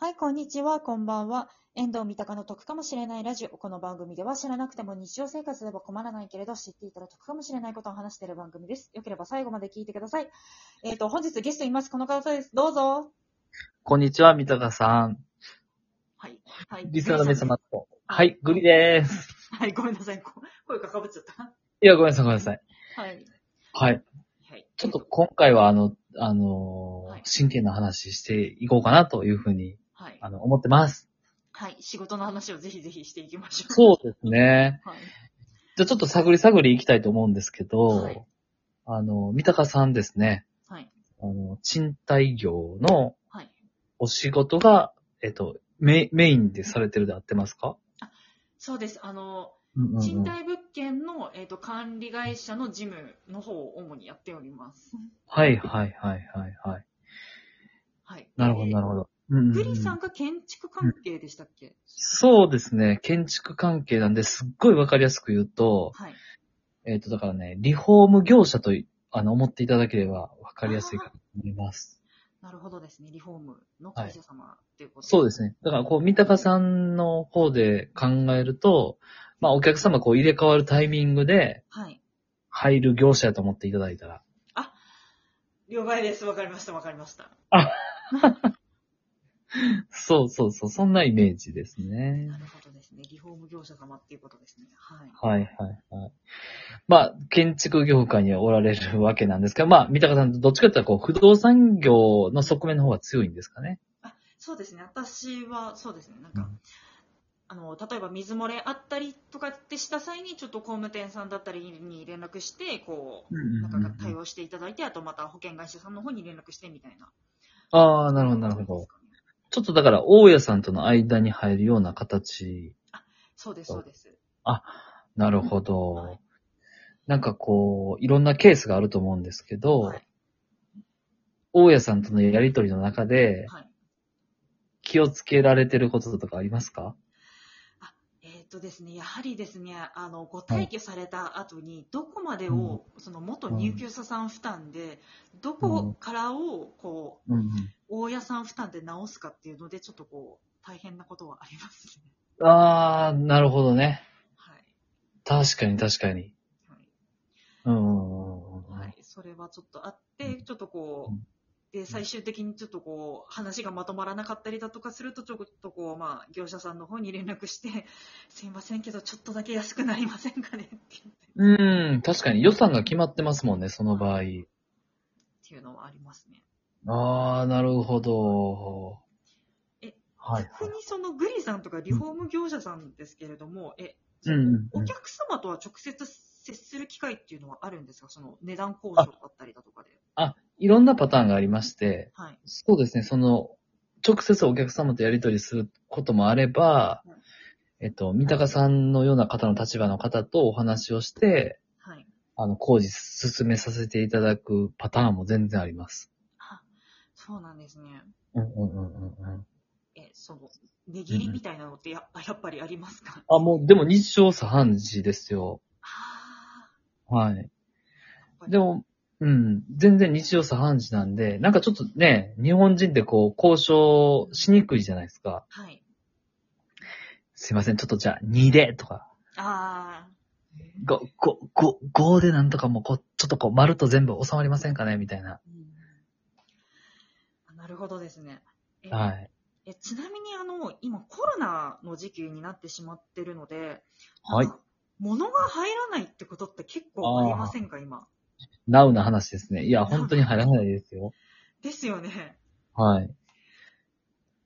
はい、こんにちは、こんばんは。遠藤三鷹の得かもしれないラジオ。この番組では知らなくても日常生活では困らないけれど、知っていたら得かもしれないことを話している番組です。よければ最後まで聞いてください。えっ、と、本日ゲストいます。この方です。どうぞ。こんにちは、三鷹さん。はい。はい。リスナーの皆様と。ははいい、グリでーす。はい、ごめんなさい。こ声がかぶっちゃった。いや、ごめんなさい、ごめんなさい。はい。はい。はい。ちょっと今回は、あの、あのーはい真剣な話していこうかなというふうに、はい。あの、思ってます。はい。仕事の話をぜひぜひしていきましょう。そうですね。はい。じゃあちょっと探り探りいきたいと思うんですけど、はいあの、三鷹さんですね。はい。あの、賃貸業のはい。お仕事が、えっと、メメインでされてるで合ってますか、そうです。あの、うんうんうん賃貸物件の、えー、と管理会社の事務の方を主にやっております。はいはいはいはいはい。はい、なるほど、なるほど。うんうんうんグリさんが建築関係でしたっけ、そうですね。建築関係なんで、すっごいわかりやすく言うと、はい。えっ、と、だからね、リフォーム業者とい、あの、思っていただければわかりやすいかと思います。なるほどですね。リフォームの会社様っていうこと、。そうですすね。だから、こう、三鷹さんの方で考えると、まあ、お客様、こう、入れ替わるタイミングではい。入る業者やと思っていただいたら。了解です。わかりました。わかりました。そうそうそう、そんなイメージですねな。るほどですね。リフォーム業者様っていうことですね。はい。はいはいはい。まあ、建築業界におられるわけなんですけど、まあ、三鷹さんとどっちかというと、こう、不動産業の側面の方が強いんですかね。そうですね。私は、そうですね。なんか、うんあの、例えば水漏れあったりとかってした際に、ちょっと工務店さんだったりに連絡して、こう、なんか対応していただいて、あとまた保険会社さんの方に連絡してみたいな。ああ、なるほど、なるほど。ちょっとだから、大家さんとの間に入るような形。そうです、そうです。なるほはどい。なんかこう、いろんなケースがあると思うんですけど、はい。大家さんとのやりとりの中ではい、気をつけられてることとかありますかえーっとですね、やはりですね、あの、ご退去された後に、どこまでを、その元入居者さん負担で、どこからを、こう、うん、大家さん負担で直すかっていうので、ちょっとこう、大変なことはありますね。 ああ、なるほどね。はい。確かに確かに。はいうんうんうんうんうん。はい、それはちょっとあって、ちょっとこうう、で、最終的にちょっとこう、話がまとまらなかったりだとかすると、ちょっとこう、まあ、業者さんの方に連絡して、すいませんけど、ちょっとだけ安くなりませんかねって言って、っうん、確かに予算が決まってますもんね、その場合。ていうのはありますね。ああ、なるほど。え、はい、は逆い。にそのグリさんとかリフォーム業者さんですけれども、え、うんうんうんお客様とは直接接する機会っていうのはあるんですかその値段交渉だったりだとかで。いろんなパターンがありまして、はい。そうですね、その、直接お客様とやり取りすることもあればうん、えっと、三鷹さんのような方の立場の方とお話をして、はい。あの、工事進めさせていただくパターンも全然あります。あ、そうなんですね。うんうんうんうんうん。え、その、値切りみたいなのってやっぱやっぱりありますかあ、もう、でも日常茶飯事ですよ。あはい。あ。でも、うん、全然日常茶飯事なんで、なんかちょっとね、日本人ってこう、交渉しにくいじゃないですか。はい。すいません、ちょっとじゃあ、2で、とか。ああ。ご、ご、ご、ごでなんとかもこう、ちょっとこう、丸と全部収まりませんかねみたいな。うんなるほどですね。えはい。えちなみにあの、今コロナの時期になってしまってるので、はいなんか。物が入らないってことって結構ありませんか、今。ナウな話ですね。いや、本当に入らないですよ。ですよね。はい。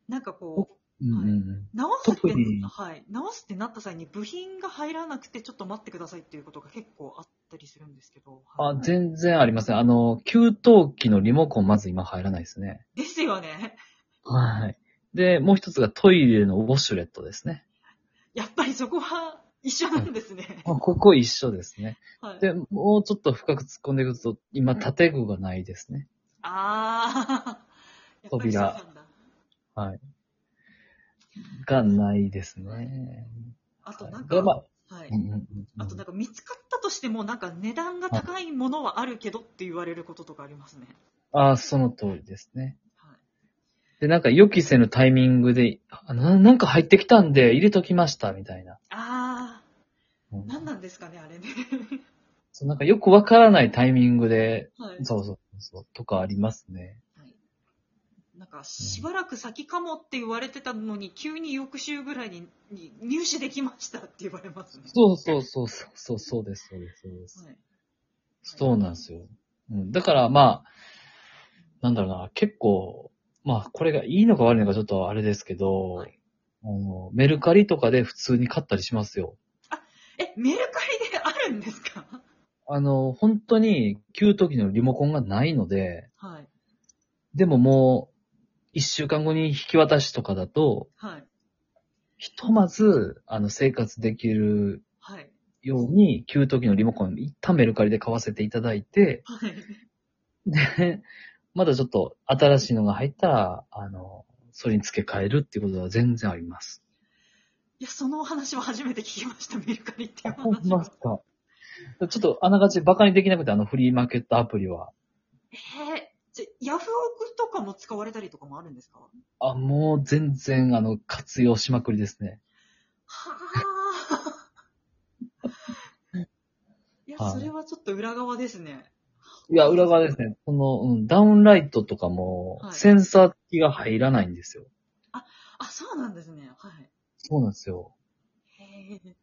なんかこう、うんうんうん。直すって特に、はい、直すってなった際に部品が入らなくてちょっと待ってくださいっていうことが結構あったりするんですけど。はいあ、全然ありません。あの、給湯器のリモコンまず今入らないですね。ですよね。はい。で、もう一つがトイレのウォシュレットですね。やっぱりそこは一緒なんです ね。あここ一緒ですね。はい、で、もうちょっと深く突っ込んでいくと、今、建具がないですね。ああ。やっぱりそう扉なんだ。がないですね。あとなんか、で、まあ、はいうん。うんうんうんあとなんか見つかったとしても、なんか値段が高いものはあるけどって言われることとかありますね。ああ、その通りですね。はい。で、なんか予期せぬタイミングで、あななんか入ってきたんで入れときました、みたいな。あうんー、なんなんですかね、あ れね。そうなんかよくわからないタイミングで、はい。そうそうそう、とかありますね。なんか、しばらく先かもって言われてたのに、急に翌週ぐらいにに入試できましたって言われますね。そうそうそうそう、そうそうです、そうです、そうです。はい。そうなんですよ。うん、だからまあ、なんだろうな、結構、まあこれがいいのか悪いのかちょっとあれですけど、はいあのメルカリとかで普通に買ったりしますよ。え、メルカリであるんですかあの、本当に旧時のリモコンがないので、はい。でももう、一週間後に引き渡しとかだと、はい。ひとまず、あの、生活できるはい。ように、旧時のリモコン、一旦メルカリで買わせていただいて、はい。で、まだちょっと新しいのが入ったら、あの、それに付け替えるっていうことは全然あります。 いや、そのお話は初めて聞きました、メルカリっていうほん話まはです。かちょっとあながちバカにできなくて、あのフリーマーケットアプリは。えー、じゃヤフオクとかも使われたりとかもあるんですかあ、もう全然、あの、活用しまくりですね。はあ。 いや、はいそれはちょっと裏側ですね。いや、裏側ですね。その、うん、ダウンライトとかも、はいセンサー機が入らないんですよ。あ、そうなんですね。はい。そうなんですよ。へえ。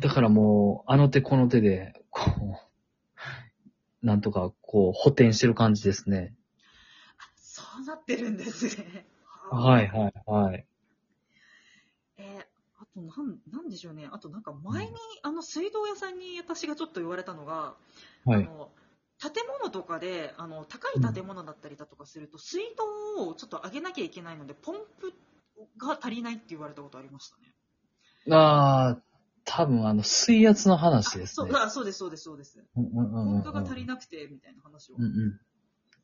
だからもう、あの手この手で、こう、 なんとか、こう、補填してる感じですね。そうなってるんですね。。はいい、はい、はい。えー、あと、なん、なんでしょうね。あと、なんか前に、あの、水道屋さんに私がちょっと言われたのが、あはい。の建物とかであの高い建物だったりだとかすると、水道をちょっと上げなきゃいけないのでポンプが足りないって言われたことありましたね。あー、多分あの、水圧の話ですそうね。あそうですそうですそうです。うんうんうポんうんうンんプが足りなくてみたいな話を。うんうん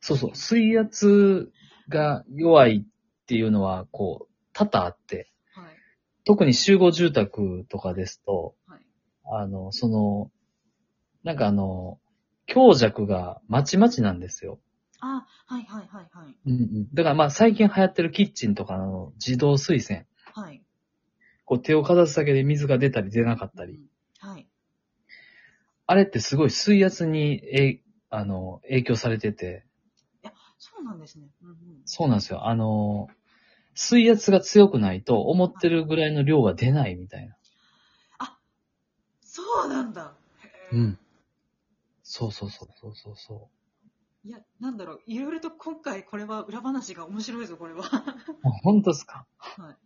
そうそう。水圧が弱いっていうのは、こう、多々あって、はい特に集合住宅とかですと、はいあの、その、なんかあの、強弱がまちまちなんですよ。あはいはいはいはいうんうん。だからまあ最近流行ってるキッチンとかの自動水洗。はい。こう手をかざすだけで水が出たり出なかったり。うんはい。あれってすごい水圧に、え、あの、影響されてて。そうなんですね。うんうん。そうなんですよ。あの、水圧が強くないと思ってるぐらいの量が出ないみたいな。そうなんだ。へうーん。そうそうそうそうそうそう。いやなんだろういろいろと今回これは裏話が面白いぞこれは。あ、 本当ですかはい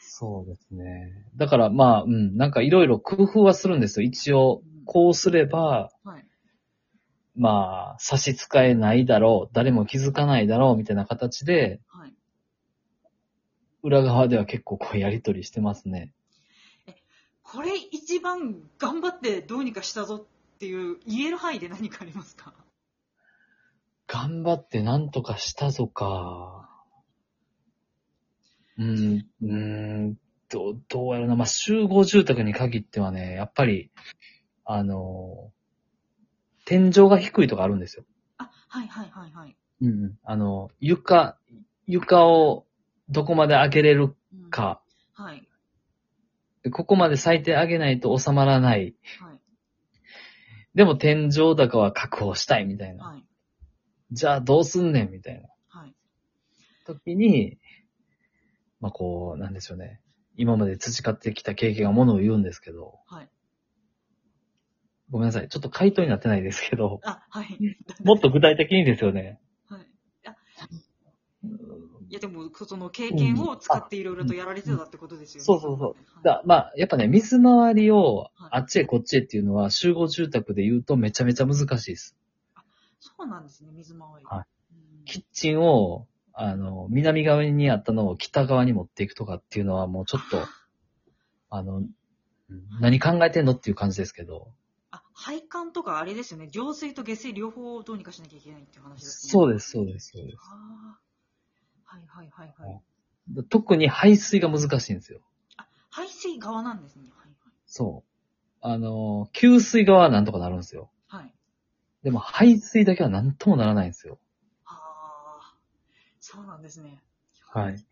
そうですね。だからまあ、うん、なんかいろいろ工夫はするんですよ。一応、こうすれば、はいまあ、差し支えないだろう、誰も気づかないだろう、みたいな形で、はい。裏側では結構こうやりとりしてますね。これ一番頑張ってどうにかしたぞっていう言える範囲で何かありますか頑張ってなんとかしたぞか。うん、うん、どう、どうやらな。まあ、集合住宅に限ってはね、やっぱり、あの、天井が低いとかあるんですよ。あ、はいはいはいはい。うんうん。あの、床、床をどこまで上げれるうん、か、はいここまで最低上げないと収まらない。はいでも天井高は確保したいみたいな。はいじゃあどうすんねんみたいなはい。時に、まあこう、なんでしょうね。今まで培ってきた経験がものを言うんですけど、はい。ごめんなさい。ちょっと回答になってないですけど、あ、はい。もっと具体的にですよね。はい。いやでも、その経験を使っていろいろとやられてたってことですよね。そうそうそうはい。だまあ、やっぱね、水回りをはいあっちへこっちへっていうのは集合住宅で言うとめちゃめちゃ難しいです。そうなんですね、水回り。はうんキッチンを、あの、南側にあったのを北側に持っていくとかっていうのはもうちょっと、あの、うん何考えてんのっていう感じですけど。あ、配管とかあれですよね。浄水と下水両方をどうにかしなきゃいけないっていう話ですね。そううです、そうです、そうであーはいはいはいはい。す。特に排水が難しいんですよ。排水側なんですね。はいそう。あの、給水側はなんとかなるんですよ。はい。はい。でも排水だけはなんともならないんですよ。ああ。そうなんですね。はい。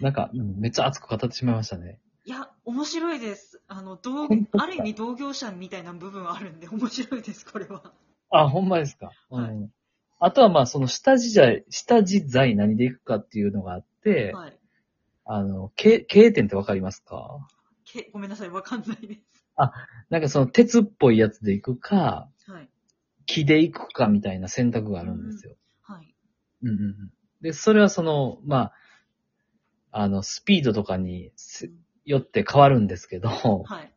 なんか、うんめっちゃ熱く語ってしまいましたね。いや、面白いです。あの、同本当、だある意味同業者みたいな部分あるんで、面白いです、これは。あ、ほんまですか。はいうん。あとはまあ、その下地材、下地材何でいくかっていうのがあって、はい。あの、け経点ってわかりますかけごめんなさい、わかんないでなんかその鉄っぽいやつでいくか、す。はい。木でいくかみたいな選択があるんですよ。はい。うんうんうん。で、それはその、まあ、あの、スピードとかにせよって変わるんですけど、はい。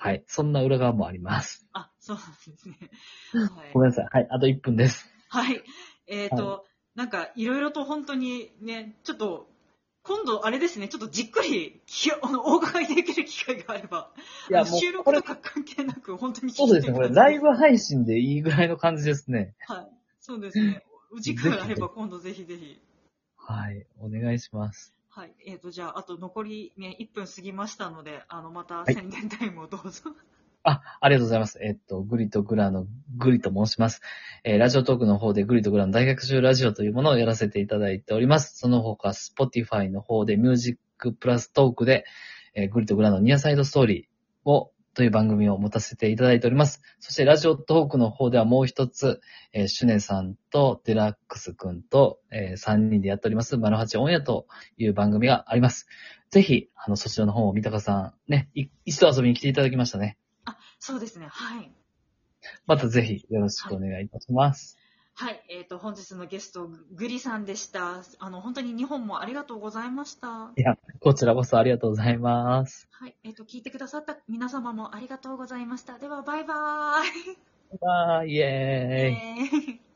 はい。そんな裏側もあります。あ、そうなんですね。はい ご。めんなさい。はい。あと1分です。はい。えっ、と、なんか、いろいろと本当にね、ちょっと、今度、あれですね、ちょっとじっくり聞き、あの、お伺いできる機会があれば、いや、あのも収う、録これと、か関係なく、本当に聞そういでてすね。くこだれ、さラい。イブ配信でいいぐらいの感じですね。はい。そうですね。お時間があれば、今度ぜひぜひ。はい。お願いします。はい。えっ、と、じゃあ、あと残りね、1分過ぎましたので、あの、またい宣伝タイムをどうぞ。 あ、ありがとうございます。えっと、グリとグラのグリと申します。えーラジオトークの方でグリとグラの大学習ラジオというものをやらせていただいております。その他、Spotify の方でミュージックプラストークで、えーグリとグラのニアサイドストーリーを、という番組を持たせていただいております。そして、ラジオトークの方ではもう一つ、えーシュネさんとデラックスくんと、え3人でやっております、マルハチオンエアという番組があります。ぜひ、あの、そちらの方を三鷹さん、ね、い一度遊びに来ていただきましたね。そうですね。はい。またぜひよろしくお願いいたします。はい。えっ、と、本日のゲスト、グリさんでした。あの、本当に2本もありがとうございました。こちらこそありがとうございます。はい、えっ、と、聞いてくださった皆様もありがとうございました。では、バイバーイ。バイ、イェーイ。イエーイ